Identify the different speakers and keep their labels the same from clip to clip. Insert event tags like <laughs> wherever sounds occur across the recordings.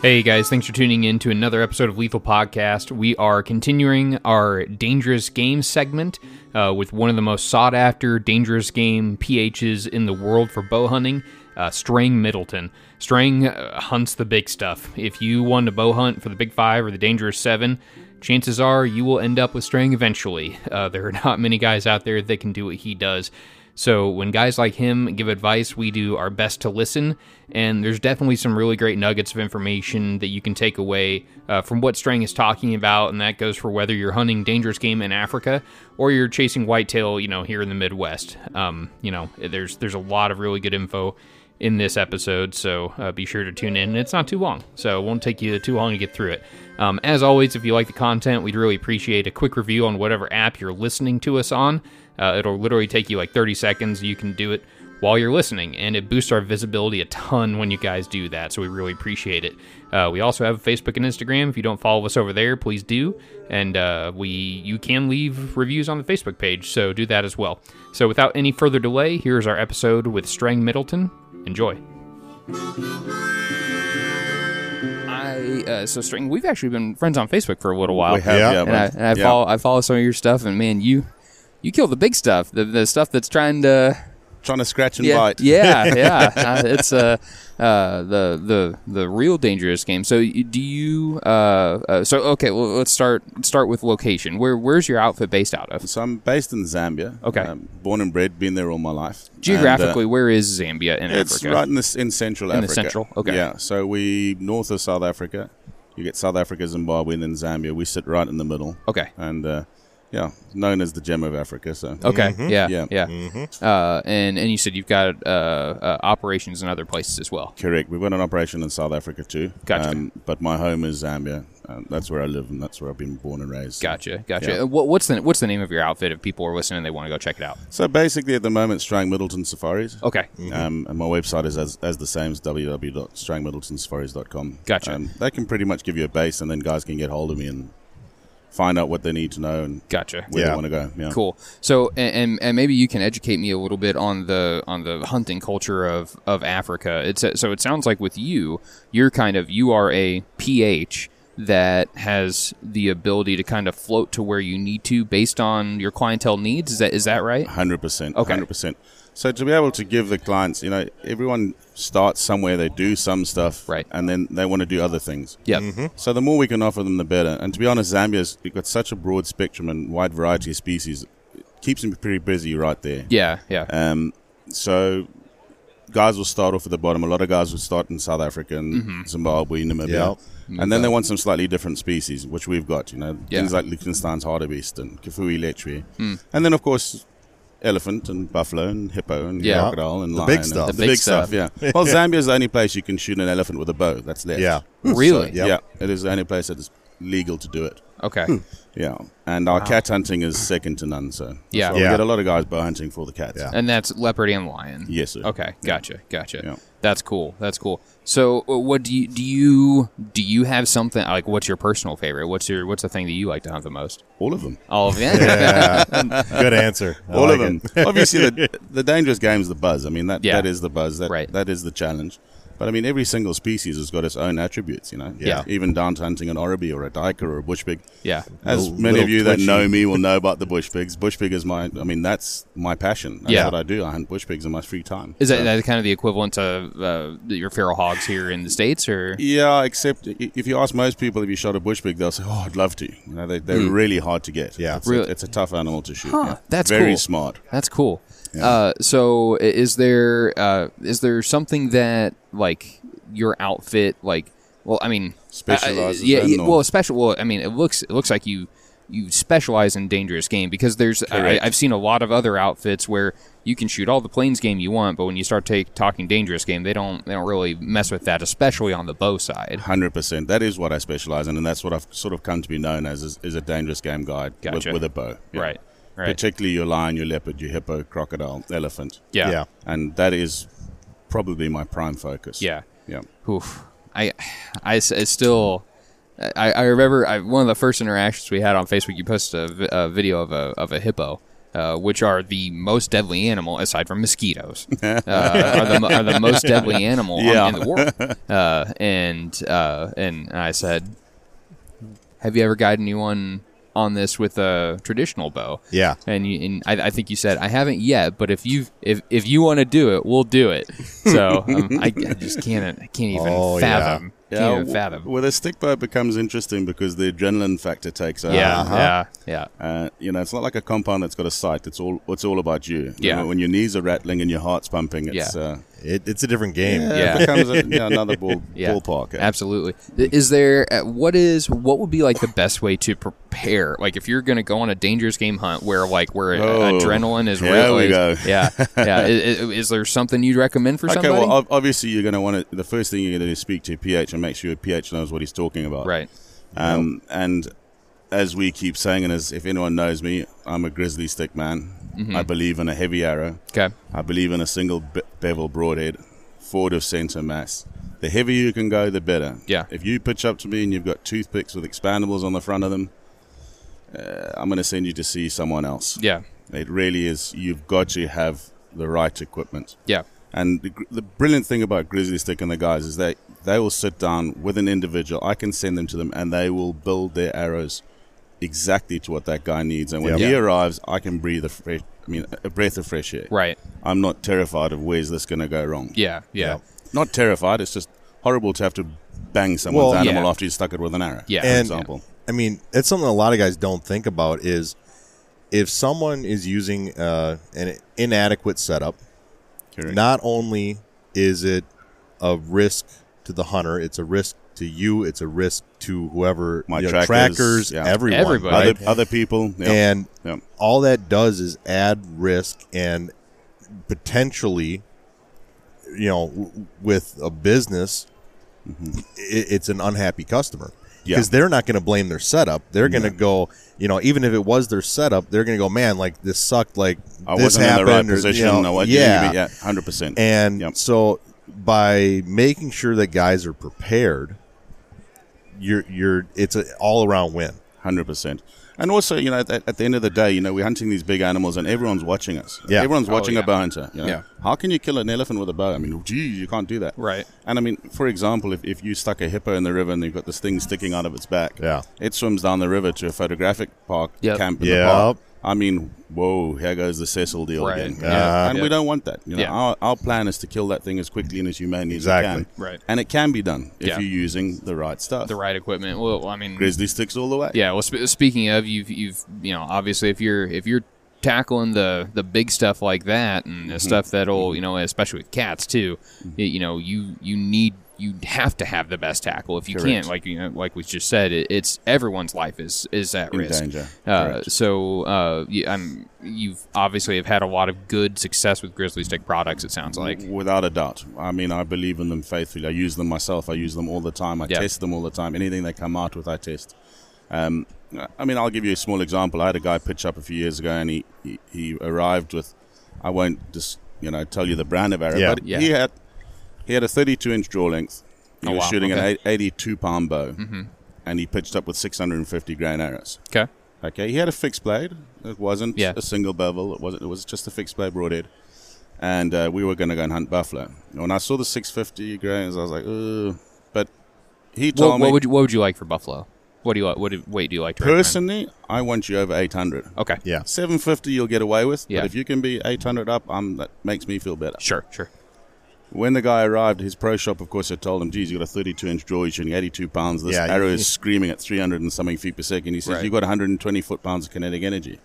Speaker 1: Hey guys, thanks for tuning in to another episode of Lethal Podcast. We are continuing our dangerous game segment uh, with one of the most sought after dangerous game PHs in the world for bow hunting, uh, Strang Middleton. Strang uh, hunts the big stuff. If you want to bow hunt for the Big Five or the Dangerous Seven, chances are you will end up with Strang eventually. Uh, there are not many guys out there that can do what he does. So when guys like him give advice, we do our best to listen, and there's definitely some really great nuggets of information that you can take away uh, from what Strang is talking about, and that goes for whether you're hunting dangerous game in Africa or you're chasing whitetail, you know, here in the Midwest. Um, you know, there's there's a lot of really good info in this episode, so uh, be sure to tune in. It's not too long, so it won't take you too long to get through it. Um, as always, if you like the content, we'd really appreciate a quick review on whatever app you're listening to us on. Uh, it'll literally take you like 30 seconds. You can do it while you're listening, and it boosts our visibility a ton when you guys do that, so we really appreciate it. Uh, we also have Facebook and Instagram. If you don't follow us over there, please do. And uh, we you can leave reviews on the Facebook page, so do that as well. So without any further delay, here's our episode with Strang Middleton. Enjoy. I uh, so String, we've actually been friends on Facebook for a little while.
Speaker 2: We have, Yeah. yeah,
Speaker 1: and I, and I
Speaker 2: yeah.
Speaker 1: follow I follow some of your stuff, and man, you you kill the big stuff, the, the stuff that's trying to
Speaker 2: trying to scratch and
Speaker 1: yeah
Speaker 2: bite. <laughs>
Speaker 1: yeah yeah. Uh, it's uh, uh the the the real dangerous game. So you- do you uh, uh so okay? Well, let's start start with location. Where where's your outfit based out of?
Speaker 2: So I'm based in Zambia. Um,
Speaker 1: Okay.
Speaker 2: born and bred, been there all my life.
Speaker 1: Geographically, where is Zambia in
Speaker 2: And, uh, it's
Speaker 1: Africa?
Speaker 2: right in this in Central
Speaker 1: In the
Speaker 2: Africa.
Speaker 1: Central, okay.
Speaker 2: Yeah. So we north of South Africa. You get South Africa, Zimbabwe, and then Zambia. We sit right in the middle.
Speaker 1: Okay.
Speaker 2: And uh, yeah, known as the gem of Africa. So
Speaker 1: Okay. Yeah. Yeah.
Speaker 2: Yeah.
Speaker 1: Uh, and and you said you've got uh, uh, operations in other places as well.
Speaker 2: correct. We've got an operation in South Africa too. Um,
Speaker 1: Gotcha.
Speaker 2: but my home is Zambia. Um, that's where I live, and that's where I've been born and raised.
Speaker 1: Gotcha. Gotcha.
Speaker 2: Yeah.
Speaker 1: Uh, What, what's the what's the name of your outfit? If people are listening, and they want to go check it out.
Speaker 2: So basically, at the moment, Strang Middleton Safaris.
Speaker 1: Okay.
Speaker 2: Um, and my website is as, as the same as www.strangmiddletonsafaris.com.
Speaker 1: Gotcha.
Speaker 2: Um, they can pretty much give you a base, and then guys can get hold of me and find out what they need to know and
Speaker 1: Gotcha.
Speaker 2: where
Speaker 3: Yeah.
Speaker 2: they want to go. Yeah.
Speaker 1: Cool. So and, and and maybe you can educate me a little bit on the on the hunting culture of of Africa. It's a, so it sounds like with you, you're kind of you are a PH that has the ability to kind of float to where you need to based on your clientele needs. Is that is that right?
Speaker 2: Hundred percent.
Speaker 1: Okay.
Speaker 2: Hundred percent. So to be able to give the clients, you know, everyone starts somewhere. They do some stuff,
Speaker 1: Right.
Speaker 2: and then they want to do other things.
Speaker 1: Yeah. Hmm?
Speaker 2: So the more we can offer them, the better. And to be honest, Zambia's got such a broad spectrum and wide variety of species. It keeps them pretty busy right there.
Speaker 1: Yeah. Yeah.
Speaker 2: Um, so guys will start off at the bottom. A lot of guys will start in South Africa and
Speaker 1: Mm-hmm.
Speaker 2: Zimbabwe, Namibia. And then they want some slightly different species, which we've got, you know,
Speaker 1: Yeah. Hmm.
Speaker 2: things like Liechtenstein's hartebeest and Kafui lechwe. And then, of course, elephant and buffalo and hippo and
Speaker 1: Yeah.
Speaker 2: crocodile and
Speaker 3: The
Speaker 2: lion.
Speaker 3: big
Speaker 2: and-
Speaker 3: stuff.
Speaker 2: The, big, stuff,
Speaker 3: <laughs>
Speaker 2: yeah. Well,
Speaker 3: Yeah.
Speaker 2: Zambia's the only place you can shoot an elephant with a bow. That's left.
Speaker 3: Yeah.
Speaker 2: <laughs>
Speaker 1: Really?
Speaker 3: Yep.
Speaker 2: Yeah. It is the only place that is legal to do it.
Speaker 1: Okay.
Speaker 2: Yeah. And our cat hunting is second to none, so. that's
Speaker 1: Yeah.
Speaker 2: why
Speaker 3: Yeah.
Speaker 2: We get a lot of guys bow hunting for the cats.
Speaker 3: Yeah.
Speaker 1: And that's leopard and lion.
Speaker 2: Yes, sir.
Speaker 1: Okay, gotcha, gotcha.
Speaker 2: Yeah.
Speaker 1: That's cool. That's cool. So, uh, what do you do? You do you have something like? What's your personal favorite? What's your what's the thing that you like to hunt the most?
Speaker 2: All of them.
Speaker 1: All of them.
Speaker 3: Yeah. Good answer. I
Speaker 2: All of
Speaker 3: like
Speaker 2: them.
Speaker 3: it.
Speaker 2: <laughs> Obviously,
Speaker 3: <laughs>
Speaker 2: the, the dangerous game is the buzz. I mean, that,
Speaker 1: Yeah.
Speaker 2: that is the buzz. That,
Speaker 1: Right.
Speaker 2: That is the challenge. But I mean, every single species has got its own attributes, you know?
Speaker 1: Yeah.
Speaker 2: Even down to hunting an Oribi or a Diker or a Bush Pig.
Speaker 1: <laughs> yeah,
Speaker 2: As
Speaker 3: Little-
Speaker 2: many of
Speaker 3: little
Speaker 2: you that
Speaker 3: twitchy.
Speaker 2: know me
Speaker 3: <laughs>
Speaker 2: will know about the Bush Pigs. Bush Pig is my, I mean, that's my passion. That's
Speaker 1: Yeah.
Speaker 2: what I do. I hunt Bush Pigs in my free time.
Speaker 1: is that,
Speaker 2: So-
Speaker 1: that kind of the equivalent of uh, your feral hogs here in the states, or
Speaker 2: Yeah, except i- if you ask most people if you shot a bush pig, they'll say, "Oh, I'd love to." You know, they, they're really hard to get.
Speaker 3: Yeah.
Speaker 2: it's,
Speaker 1: Hmm. Really?
Speaker 2: a, it's a tough animal to shoot.
Speaker 1: Huh,
Speaker 2: yeah.
Speaker 1: that's
Speaker 2: very
Speaker 1: cool.
Speaker 2: smart.
Speaker 1: That's cool. Uh, so i- is there uh, is there something that like your outfit like well I mean
Speaker 2: Specializes
Speaker 1: uh, yeah,
Speaker 2: in
Speaker 1: yeah
Speaker 2: or-
Speaker 1: well special well I mean it looks it looks like you you specialize in dangerous game because there's I,
Speaker 2: Correct.
Speaker 1: I've seen a lot of other outfits where you can shoot all the planes game you want but when you start take, talking dangerous game they don't they don't really mess with that especially on the bow side
Speaker 2: Hundred percent. That is what I specialize in, and that's what I've sort of come to be known as is, is a dangerous game guide
Speaker 1: Gotcha.
Speaker 2: with, with a bow. Yeah.
Speaker 1: right right
Speaker 2: Particularly your lion, your leopard, your hippo, crocodile, elephant.
Speaker 1: yeah
Speaker 3: Yeah.
Speaker 2: And that is probably my prime focus.
Speaker 1: yeah
Speaker 2: Yeah.
Speaker 1: Oof. I, I, s- I still, I, I remember I, one of the first interactions we had on Facebook. You posted a, vi- a video of a of a hippo, uh, which are the most deadly animal aside from mosquitoes, uh, are, the, mo- are the most deadly animal on-
Speaker 2: Yeah.
Speaker 1: in the world. Uh, and uh, and I said, "Have you ever guided anyone on this with a traditional bow?"
Speaker 3: Yeah.
Speaker 1: And you, and I, I think you said, "I haven't yet, but if you if if you want to do it, we'll do it." So um, I, I just can't I can't even
Speaker 3: Oh, yeah.
Speaker 1: fathom. Can't even
Speaker 2: w-
Speaker 1: fathom.
Speaker 2: Well, the stick bow becomes interesting because the adrenaline factor takes over.
Speaker 1: yeah,
Speaker 3: Uh-huh.
Speaker 1: yeah, yeah.
Speaker 2: Uh, you know, it's not like a compound that's got a sight. It's all it's all about you. You
Speaker 1: Yeah.
Speaker 2: know, when your knees are rattling and your heart's pumping, it's
Speaker 1: Yeah.
Speaker 2: uh,
Speaker 3: It, it's a different game.
Speaker 2: yeah,
Speaker 1: Yeah.
Speaker 2: it becomes a, you
Speaker 1: <laughs>
Speaker 2: know, another ball,
Speaker 1: Yeah.
Speaker 2: ballpark. Yeah.
Speaker 1: Absolutely. Th- Is there uh, what is what would be like the best way to prepare? Like if you're going to go on a dangerous game hunt where like where
Speaker 2: Oh,
Speaker 1: adrenaline is
Speaker 2: here
Speaker 1: really
Speaker 2: we go.
Speaker 1: <laughs> yeah yeah. is, is there something you'd recommend for
Speaker 2: Okay,
Speaker 1: somebody?
Speaker 2: well, ob- obviously you're going to want to. The first thing you're going to do is speak to PH and make sure PH knows what he's talking about.
Speaker 1: right.
Speaker 2: Um, And as we keep saying, and as if anyone knows me, I'm a grizzly stick man.
Speaker 1: Mm-hmm.
Speaker 2: I believe in a heavy arrow.
Speaker 1: Okay.
Speaker 2: I believe in a single be- bevel broadhead, forward of center mass. The heavier you can go, the better.
Speaker 1: Yeah.
Speaker 2: If you pitch up to me and you've got toothpicks with expandables on the front of them, uh, I'm going to send you to see someone else.
Speaker 1: Yeah.
Speaker 2: It really is. You've got to have the right equipment.
Speaker 1: Yeah.
Speaker 2: And the, gr- the brilliant thing about Grizzly Stick and the guys is they they will sit down with an individual. I can send them to them, and they will build their arrows exactly to what that guy needs. And when
Speaker 3: Yeah.
Speaker 2: he
Speaker 1: Yeah.
Speaker 2: arrives, I can breathe a fresh, I mean, a breath of fresh air.
Speaker 1: Right.
Speaker 2: I'm not terrified of where's this going to go wrong.
Speaker 1: Yeah. Yeah.
Speaker 2: Not terrified. It's just horrible to have to bang someone's
Speaker 3: Well,
Speaker 2: animal
Speaker 1: yeah.
Speaker 2: after you stuck it with an arrow.
Speaker 1: Yeah.
Speaker 2: For
Speaker 1: And-
Speaker 2: example.
Speaker 3: I mean, it's something a lot of guys don't think about is if someone is using uh, an inadequate setup,
Speaker 2: Correct.
Speaker 3: not only is it a risk to the hunter, it's a risk to you, it's a risk to whoever
Speaker 2: My
Speaker 3: you know,
Speaker 2: trackers,
Speaker 3: trackers,
Speaker 2: yeah.
Speaker 3: everyone,
Speaker 1: Everybody.
Speaker 3: right?
Speaker 2: Other, other people. Yep.
Speaker 3: And
Speaker 2: Yep.
Speaker 3: all that does is add risk and potentially, you know, w- with a business, i it's an unhappy customer
Speaker 2: Mm-hmm. Yeah.
Speaker 3: because they're not going to blame their setup. They're going to go, you know, even if it was their setup, they're going to go, man, like this sucked. Like
Speaker 2: I
Speaker 3: this
Speaker 2: wasn't in the
Speaker 3: happened,
Speaker 2: right
Speaker 3: or, you
Speaker 2: position.
Speaker 3: know,
Speaker 2: or what-
Speaker 3: yeah,
Speaker 2: Yeah. Hundred percent.
Speaker 3: and
Speaker 2: Yep.
Speaker 3: so by making sure that guys are prepared, you're you're it's an all around win.
Speaker 2: Hundred percent. And also, you know, at, at the end of the day, you know, we're hunting these big animals, and everyone's watching us.
Speaker 3: Yeah.
Speaker 2: everyone's watching
Speaker 1: Oh, yeah.
Speaker 2: a bow hunter. You know?
Speaker 1: Yeah.
Speaker 2: How can you kill an elephant with a bow? I mean, geez, you can't do that.
Speaker 1: Right.
Speaker 2: And I mean, for example, if, if you stuck a hippo in the river and you've got this thing sticking out of its back,
Speaker 3: Yeah.
Speaker 2: it swims down the river to a photographic park
Speaker 1: Yep.
Speaker 2: camp in
Speaker 3: Yep.
Speaker 2: the park. I mean, whoa, here goes the Cecil deal
Speaker 1: Right.
Speaker 2: again.
Speaker 1: Yeah.
Speaker 2: And
Speaker 1: Yeah.
Speaker 2: we don't want that. You know,
Speaker 1: Yeah.
Speaker 2: our, our plan is to kill that thing as quickly and as humanely as
Speaker 3: Exactly.
Speaker 2: we can.
Speaker 1: Right.
Speaker 2: And it can be done if
Speaker 1: Yeah.
Speaker 2: you're using the right stuff.
Speaker 1: The right equipment. Well, I mean,
Speaker 2: Grizzly sticks all the way.
Speaker 1: yeah. Well, sp- speaking of, you've you've you know obviously if you're if you're tackling the the big stuff like that and
Speaker 2: Mm-hmm.
Speaker 1: the stuff that'll you know especially with cats too, y- you know you you need you have to have the best tackle. If you
Speaker 2: Correct.
Speaker 1: can't, like you know, like we just said, it, it's everyone's life is is at
Speaker 2: In
Speaker 1: risk.
Speaker 2: danger.
Speaker 1: Uh,
Speaker 2: Correct.
Speaker 1: so uh, you, I'm you've obviously have had a lot of good success with Grizzly Stick products. It sounds like.
Speaker 2: Without a doubt. I mean, I believe in them faithfully. I use them myself. I use them all the time. I
Speaker 1: Yeah.
Speaker 2: test them all the time. Anything they come out with, I test. Um, I mean, I'll give you a small example. I had a guy pitch up a few years ago, and he he, he arrived with. I won't just you know tell you the brand of arrow,
Speaker 3: Yeah.
Speaker 2: but
Speaker 1: Yeah.
Speaker 2: he had he had a 32 inch draw length. He
Speaker 1: Oh,
Speaker 2: was
Speaker 1: wow.
Speaker 2: shooting
Speaker 1: Okay. Mm-hmm.
Speaker 2: an eight- 82 pound bow, and he pitched up with 650 grain arrows.
Speaker 1: Okay.
Speaker 2: Okay, he had a fixed blade. It wasn't
Speaker 1: Yeah.
Speaker 2: a single bevel. It wasn't. It was just a fixed blade broadhead. And uh, we were going to go and hunt buffalo. When I saw the 650 grains, I was like, Ugh. but he told
Speaker 1: What,
Speaker 2: me
Speaker 1: what would you What would you like for Buffalo? What do you like? What do- weight do you like? To recommend?
Speaker 2: personally, I want you over 800.
Speaker 1: Okay.
Speaker 3: Yeah,
Speaker 2: 750 you'll get away with,
Speaker 1: Yeah.
Speaker 2: but if you can be 800 up, um, that makes me feel better.
Speaker 1: Sure. Sure.
Speaker 2: When the guy arrived, his pro shop, of course, had told him, geez, you got a 32 inch draw, you're shooting 82 pounds. This
Speaker 3: Yeah, you-
Speaker 2: arrow is screaming at 300 and something feet per second. He says,
Speaker 1: Right.
Speaker 2: you've got 120 foot pounds of kinetic energy.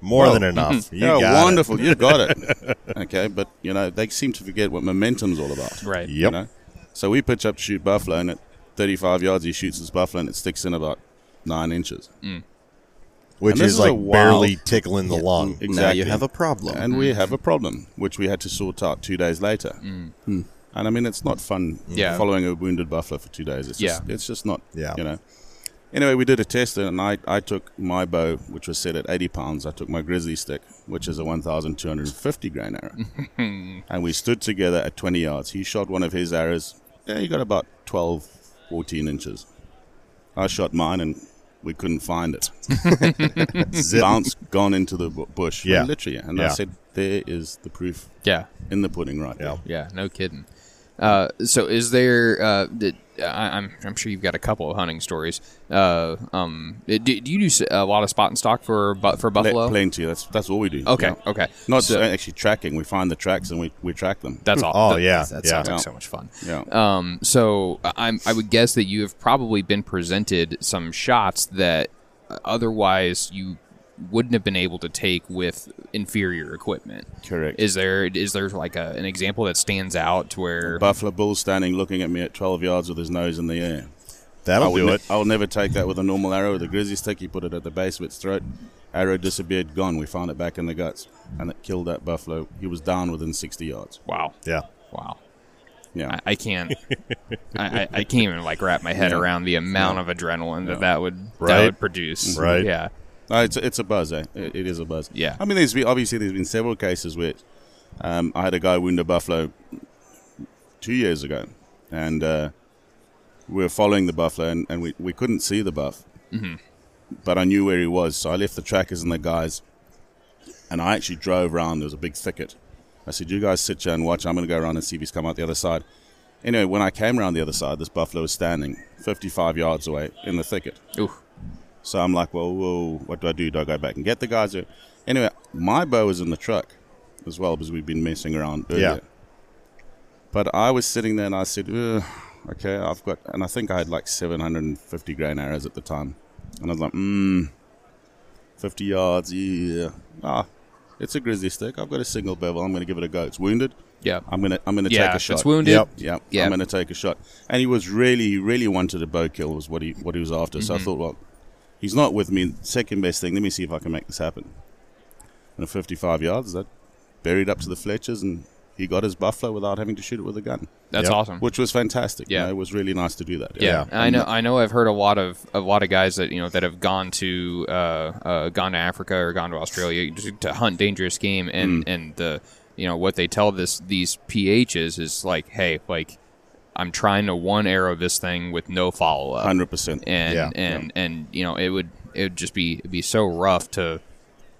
Speaker 3: more
Speaker 2: Well, mm-hmm.
Speaker 3: than enough. You
Speaker 2: yeah,
Speaker 3: got it.
Speaker 2: Oh, wonderful. You got it.
Speaker 3: <laughs>
Speaker 2: okay, but you know they seem to forget what momentum's all about.
Speaker 1: Right.
Speaker 3: Yep.
Speaker 2: You know? So we pitch up to shoot buffalo, and at 35 yards, he shoots his buffalo, and it sticks in about nine inches.
Speaker 3: Which
Speaker 2: And this
Speaker 3: is
Speaker 2: is a
Speaker 3: like
Speaker 2: wild-
Speaker 3: barely tickling the lung.
Speaker 2: exactly.
Speaker 4: problem.
Speaker 2: And
Speaker 1: Mm.
Speaker 2: we have a problem, which we had to sort out two days later.
Speaker 3: Hmm.
Speaker 2: And I mean, it's not fun
Speaker 1: Yeah.
Speaker 2: following a wounded buffalo for two days. It's just,
Speaker 1: Yeah.
Speaker 2: it's just not.
Speaker 3: Yeah.
Speaker 2: You know. Anyway, we did a test, and I, I took my bow, which was set at 80 pounds. I took my grizzly stick, which is a 1,250
Speaker 1: <laughs>
Speaker 2: grain arrow, and we stood together at 20 yards. He shot one of his arrows. Yeah, he got about 12, 14 inches. I shot mine, and We couldn't find
Speaker 1: <laughs>
Speaker 2: it.
Speaker 3: Zip.
Speaker 2: Bounce gone into the bu- bush.
Speaker 3: Yeah.
Speaker 2: literally. And I
Speaker 3: Yeah.
Speaker 2: said, there is the proof
Speaker 1: Yeah.
Speaker 2: in the pudding, right?
Speaker 3: Yeah.
Speaker 1: Yeah, no kidding. Uh, so is there? Uh, did, I, I'm I'm sure you've got a couple of hunting stories. Uh, um, do, do you do s- a lot of spot and stock for bu- for
Speaker 2: Pl-
Speaker 1: buffalo?
Speaker 2: plenty. That's that's all we do.
Speaker 1: okay,
Speaker 2: Yeah.
Speaker 1: okay.
Speaker 2: Not
Speaker 1: So-
Speaker 2: actually tracking. We find the tracks and we, we track them.
Speaker 1: that's all.
Speaker 3: <laughs> Oh,
Speaker 1: that-
Speaker 3: yeah,
Speaker 1: that
Speaker 3: yeah.
Speaker 1: sounds like
Speaker 2: Yeah.
Speaker 1: so much fun.
Speaker 2: Yeah.
Speaker 1: Um, so I- I'm I would guess that you have probably been presented some shots that otherwise you wouldn't have been able to take with inferior equipment.
Speaker 2: Correct.
Speaker 1: Is there is there like a, an example that stands out to where?
Speaker 2: Buffalo bull standing looking at me at 12 yards with his nose in the air. I
Speaker 3: That'll
Speaker 2: would
Speaker 3: do
Speaker 2: ne-
Speaker 3: it.
Speaker 2: I'll never take that with a normal arrow. With a grizzly stick, he put it at the base of its throat. Arrow disappeared, gone. We found it back in the guts, and it killed that buffalo. He was down within 60 yards.
Speaker 1: wow.
Speaker 3: Yeah.
Speaker 1: Wow.
Speaker 2: Yeah.
Speaker 1: I, I
Speaker 3: <laughs>
Speaker 1: can't. I, I, I can't even like wrap my head
Speaker 2: Yeah.
Speaker 1: around the amount of adrenaline that that would that
Speaker 3: Right.
Speaker 1: would produce.
Speaker 3: Right.
Speaker 1: Yeah.
Speaker 2: No, it's it's a buzz. Eh? It, it is a buzz.
Speaker 1: Yeah.
Speaker 2: I mean, there's been, obviously there's been several cases where um, I had a guy wound a buffalo two years ago, and uh, we were following the buffalo, and, and we, we couldn't see the buff, mm-hmm. but I knew where he was, so I left the trackers and the guys, and I actually drove around. There was a big thicket. I said, "You guys sit here and watch. I'm going to go around and see if he's come out the other side." Anyway, when I came around the other side, this buffalo was standing 55 yards away in the thicket.
Speaker 1: Ooh.
Speaker 2: So I'm like, well, whoa, what do I do? Do I go back and get the guys? Or... Anyway, my bow is in the truck as well because we've been messing around earlier.
Speaker 3: Yeah.
Speaker 2: But I was sitting there and I said, "Ugh, okay, I've got, and I think I had like 750 grain arrows at the time. And I was like, hmm, 50 yards, yeah. Ah, it's a grizzly stick. I've got a single bevel. I'm going to give it a go. It's wounded.
Speaker 1: Yeah.
Speaker 2: I'm going to, I'm going to
Speaker 1: yeah.
Speaker 2: take a shot.
Speaker 1: It's wounded.
Speaker 3: Yep.
Speaker 2: Oh, Yeah,
Speaker 1: Yeah.
Speaker 2: I'm going to take a shot. And he was really, he really wanted a bow kill was what he what he was after.
Speaker 1: Mm-hmm.
Speaker 2: So I thought, well, he's not with me. Second best thing. Let me see if I can make this happen. And at 55 yards, that buried up to the Fletchers, and he got his buffalo without having to shoot it with a gun,
Speaker 1: That's
Speaker 3: Yep.
Speaker 1: awesome.
Speaker 2: which was fantastic. you
Speaker 1: Yeah.
Speaker 2: know, it was really nice to do that.
Speaker 1: yeah.
Speaker 3: Yeah.
Speaker 1: And I know. I know. I've heard a lot of a lot of guys that you know that have gone to uh, uh, gone to Africa or gone to Australia to, to hunt dangerous game, and
Speaker 3: Mm.
Speaker 1: and the you know what they tell this these PHs is like, hey, like I'm trying to one arrow this thing with no follow up.
Speaker 2: 100%.
Speaker 1: and
Speaker 3: Yeah,
Speaker 1: and and you know it would it would just be it'd be so rough to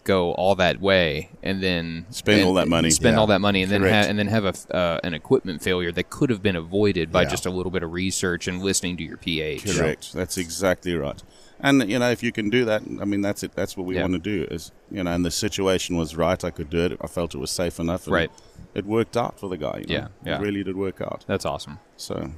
Speaker 1: go all that way and then
Speaker 2: Spend
Speaker 1: and-
Speaker 2: all that money.
Speaker 1: spend
Speaker 3: Yeah.
Speaker 1: all that money and then ha-
Speaker 3: Correct.
Speaker 1: and then have a f- uh, an equipment failure that could have been avoided by
Speaker 3: Yeah.
Speaker 1: just a little bit of research and listening to your ph
Speaker 2: Correct. That's exactly right. And you know, if you can do that, I mean, that's it. That's what we
Speaker 1: Yeah.
Speaker 2: want to do. Is you know, and the situation was right. I could do it. I felt it was safe enough. and
Speaker 1: Right.
Speaker 2: It worked out for the guy. you know.
Speaker 1: Yeah, yeah.
Speaker 2: It really did work out.
Speaker 1: that's awesome
Speaker 2: So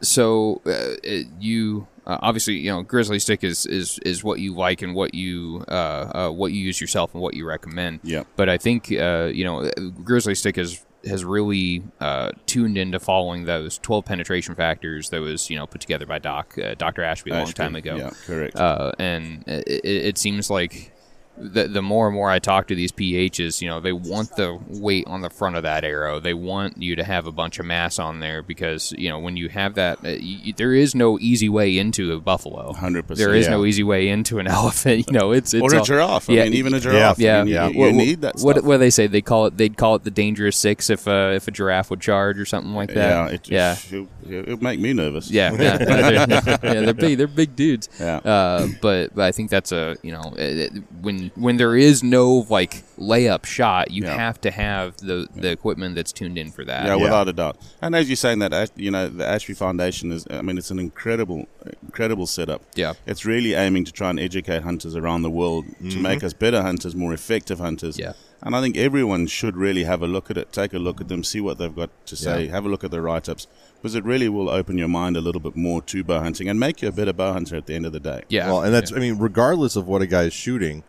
Speaker 1: so uh, it- you uh, obviously you know grizzly stick is, is is what you like and what you uh, uh, what you use yourself and what you recommend.
Speaker 2: Yeah.
Speaker 1: But I think uh, you know grizzly stick has has really uh, tuned into following those twelve penetration factors that was you know put together by Doc uh, Dr. Ashby a long
Speaker 2: Ashby,
Speaker 1: time ago.
Speaker 2: Yeah, correct.
Speaker 1: Uh, and it, it it seems like the, the more and more I talk to these PHs, you know, they want the weight on the front of that arrow. They want you to have a bunch of mass on there because, you know, when you have that, uh, y y- there is no easy way into a buffalo.
Speaker 2: 100%,
Speaker 1: There is
Speaker 3: yeah.
Speaker 1: no easy way into an <laughs> elephant. You know, it's, it's
Speaker 2: or a
Speaker 1: all-
Speaker 2: giraffe.
Speaker 1: yeah,
Speaker 2: I mean, even a
Speaker 3: yeah,
Speaker 2: giraffe.
Speaker 1: yeah,
Speaker 2: You,
Speaker 3: yeah.
Speaker 2: you- you
Speaker 1: What-
Speaker 2: need that stuff.
Speaker 1: What, what do they say? They call it. They'd call it the dangerous six if uh, if a giraffe would charge or something like
Speaker 2: yeah,
Speaker 1: that.
Speaker 2: it,
Speaker 1: yeah,
Speaker 2: It, it, will make me nervous.
Speaker 3: <laughs>
Speaker 1: yeah, yeah, they're, yeah, they're big. They're big dudes.
Speaker 2: Yeah.
Speaker 1: Uh, but, but I think that's a you know it- it- when when there is no like layup shot, you
Speaker 2: Yeah.
Speaker 1: have to have the the equipment that's tuned in for that.
Speaker 2: Yeah, without a doubt. And as you're saying that, Ash- you know, the Ashby Foundation is, I mean, it's an incredible, incredible setup.
Speaker 1: Yeah.
Speaker 2: It's really aiming to try and educate hunters around the world to make us better hunters, more effective hunters.
Speaker 1: Yeah.
Speaker 2: And I think everyone should really have a look at it, take a look at them, see what they've got to say, have a look at their write ups, because it really will open your mind a little bit more to bow hunting and make you a better bow hunter at the end of the day.
Speaker 1: Yeah.
Speaker 3: Well, and that's I mean, regardless of what a guy is shooting,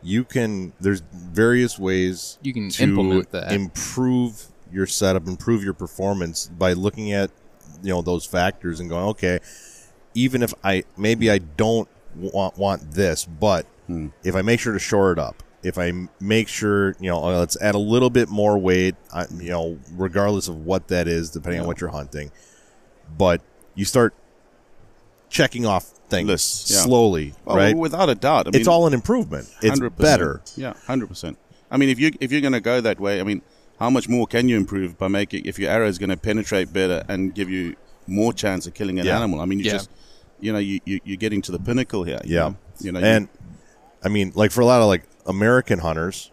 Speaker 3: you can there's various ways
Speaker 1: You can
Speaker 3: to
Speaker 1: implement that.
Speaker 3: improve your setup, improve your performance by looking at you know those factors and going, okay, even if I maybe I don't want want this, but
Speaker 2: Hmm.
Speaker 3: if I make sure to shore it up, if I m- make sure you know uh, let's add a little bit more weight, I, you know, regardless of what that is, depending on what you're hunting, but you start checking off things
Speaker 2: Lists, yeah.
Speaker 3: slowly,
Speaker 2: Oh,
Speaker 3: right?
Speaker 2: Without a doubt. I mean,
Speaker 3: it's all an improvement. It's
Speaker 2: 100%.
Speaker 3: better.
Speaker 2: Yeah, hundred percent. I mean, if you if you're going to go that way, I mean, how much more can you improve by making if your arrow is going to penetrate better and give you more chance of killing an
Speaker 3: Yeah.
Speaker 2: animal? I mean, you
Speaker 1: Yeah.
Speaker 2: just you know, you, you, you're getting to the pinnacle here. you
Speaker 3: Yeah.
Speaker 2: know? You know,
Speaker 3: and I mean, like for a lot of like American hunters,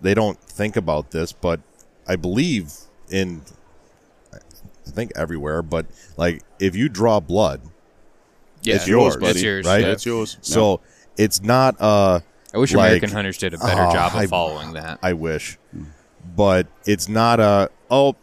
Speaker 3: they don't think about this, but I believe in, I think everywhere, but like if you draw blood,
Speaker 1: Yeah,
Speaker 3: It's yours, buddy,
Speaker 1: It's yours.
Speaker 3: right?
Speaker 1: yeah.
Speaker 2: it's yours.
Speaker 3: so it's not uh
Speaker 1: I wish
Speaker 3: like-
Speaker 1: American hunters did a better
Speaker 3: Oh,
Speaker 1: job of
Speaker 3: I-
Speaker 1: following that.
Speaker 3: I wish,
Speaker 2: Hmm.
Speaker 3: but it's not a oh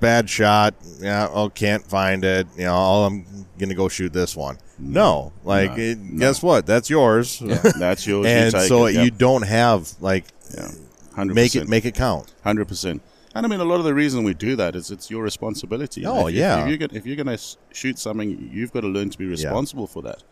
Speaker 3: bad shot. Yeah, oh can't find it. You know, oh, I'm gonna go shoot this one.
Speaker 2: Hmm.
Speaker 3: No, like
Speaker 2: No,
Speaker 3: it,
Speaker 2: no.
Speaker 3: guess what? That's yours.
Speaker 2: No, that's yours.
Speaker 3: and
Speaker 2: you take
Speaker 3: so
Speaker 2: it.
Speaker 3: you don't have like
Speaker 2: yeah. Hundred
Speaker 3: make it make it count.
Speaker 2: hundred percent. And I mean, a lot of the reason we do that is it's your responsibility. You know,
Speaker 3: Oh,
Speaker 2: if you-
Speaker 3: yeah.
Speaker 2: If you're, gonna, if you're gonna s- shoot something, you've got to learn to be responsible for that.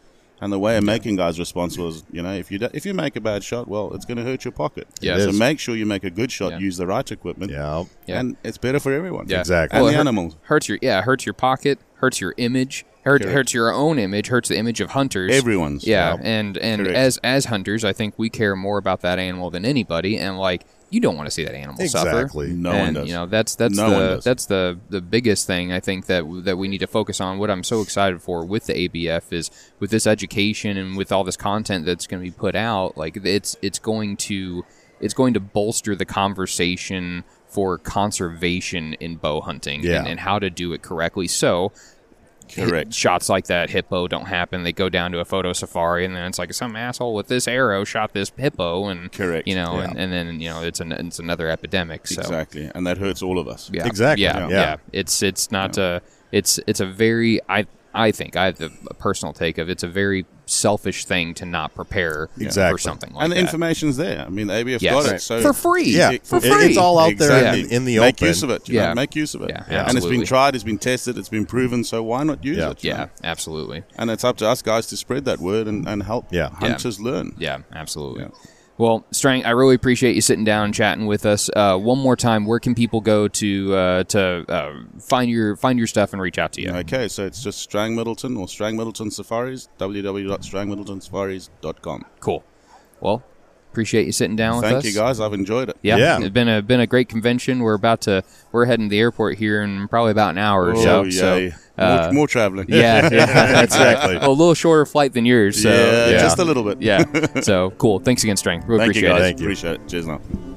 Speaker 2: And the way of making guys responsible is, you know, if you do, if you make a bad shot, well, it's going to hurt your pocket.
Speaker 1: Yeah. It
Speaker 2: So
Speaker 3: is.
Speaker 2: make sure you make a good shot.
Speaker 1: Yeah.
Speaker 2: Use the right equipment.
Speaker 3: Yeah.
Speaker 1: Yeah.
Speaker 2: And it's better for everyone.
Speaker 1: Yeah.
Speaker 3: Exactly.
Speaker 2: And
Speaker 1: Well, it
Speaker 2: the
Speaker 1: hurt-
Speaker 2: animals.
Speaker 1: hurts your yeah, hurts your pocket, hurts your image, hurt,
Speaker 2: Correct.
Speaker 1: hurts your own image, hurts the image of hunters.
Speaker 2: Everyone's.
Speaker 1: Yeah, and and
Speaker 2: Correct.
Speaker 1: as as hunters, I think we care more about that animal than anybody, and like you don't want to see that animal suffer.
Speaker 3: Exactly.
Speaker 2: No one
Speaker 1: and
Speaker 2: does.
Speaker 1: you know that's that's
Speaker 2: No one
Speaker 1: the
Speaker 2: does.
Speaker 1: that's the the biggest thing I think that that we need to focus on. What I'm so excited for with the ABF is with this education and with all this content that's going to be put out. Like it's it's going to it's going to bolster the conversation for conservation in bow hunting
Speaker 3: Yeah.
Speaker 1: and, and how to do it correctly. So
Speaker 2: Correct.
Speaker 1: shots like that hippo don't happen. They go down to a photo safari, and then it's like some asshole with this arrow shot this hippo, and
Speaker 2: Correct,
Speaker 1: you know, and, and then you know it's an it's another epidemic. So
Speaker 2: Exactly. And that hurts all of us.
Speaker 1: yeah,
Speaker 3: Exactly,
Speaker 1: yeah, yeah.
Speaker 3: yeah.
Speaker 1: It's it's not a it's it's a very I I think I have the personal take of it's a very selfish thing to not prepare for
Speaker 3: Exactly.
Speaker 1: something like
Speaker 2: And the
Speaker 1: that.
Speaker 2: information's there. I mean, the ABF
Speaker 1: Yes.
Speaker 2: got
Speaker 1: Right.
Speaker 2: it. So
Speaker 1: For free.
Speaker 3: Yeah.
Speaker 1: For
Speaker 3: It-
Speaker 1: free.
Speaker 3: It's all out there
Speaker 2: Exactly.
Speaker 3: in, in the
Speaker 2: make
Speaker 3: open.
Speaker 2: use of it. you know,
Speaker 1: Yeah.
Speaker 2: make use of it.
Speaker 1: Yeah,
Speaker 2: and it's
Speaker 1: absolutely.
Speaker 2: been tried, it's been tested, it's been proven. So why not use
Speaker 3: Yeah.
Speaker 2: it? you
Speaker 1: yeah,
Speaker 2: know?
Speaker 1: absolutely.
Speaker 2: and it's up to us guys to spread that word and, and help
Speaker 3: Yeah.
Speaker 2: hunters learn.
Speaker 1: Yeah, absolutely.
Speaker 2: Yeah.
Speaker 1: Well, Strang, I really appreciate you sitting down and chatting with us. Uh, one more time, where can people go to uh, to uh, find your find your stuff and reach out to you?
Speaker 2: Okay, so it's just Strang Middleton or Strang Middleton Safaris, www.strangmiddletonsafaris.com.
Speaker 1: Cool. Well, appreciate you sitting down with
Speaker 2: Thank
Speaker 1: us.
Speaker 2: you guys, I've enjoyed it.
Speaker 1: Yeah,
Speaker 3: Yeah.
Speaker 1: it's been a been a great convention. We're about to we're heading to the airport here in probably about an hour or
Speaker 2: Oh,
Speaker 1: so. So
Speaker 2: yay.
Speaker 1: uh,
Speaker 2: more, more traveling.
Speaker 1: yeah, yeah,
Speaker 3: Exactly.
Speaker 1: a little shorter flight than yours. So
Speaker 2: <laughs> yeah,
Speaker 3: yeah.
Speaker 2: just a little bit.
Speaker 1: yeah. So cool. Thanks again, Strang. Really
Speaker 2: Thank
Speaker 1: appreciate
Speaker 2: you guys.
Speaker 1: it.
Speaker 3: Thank you.
Speaker 2: Appreciate it. Cheers now.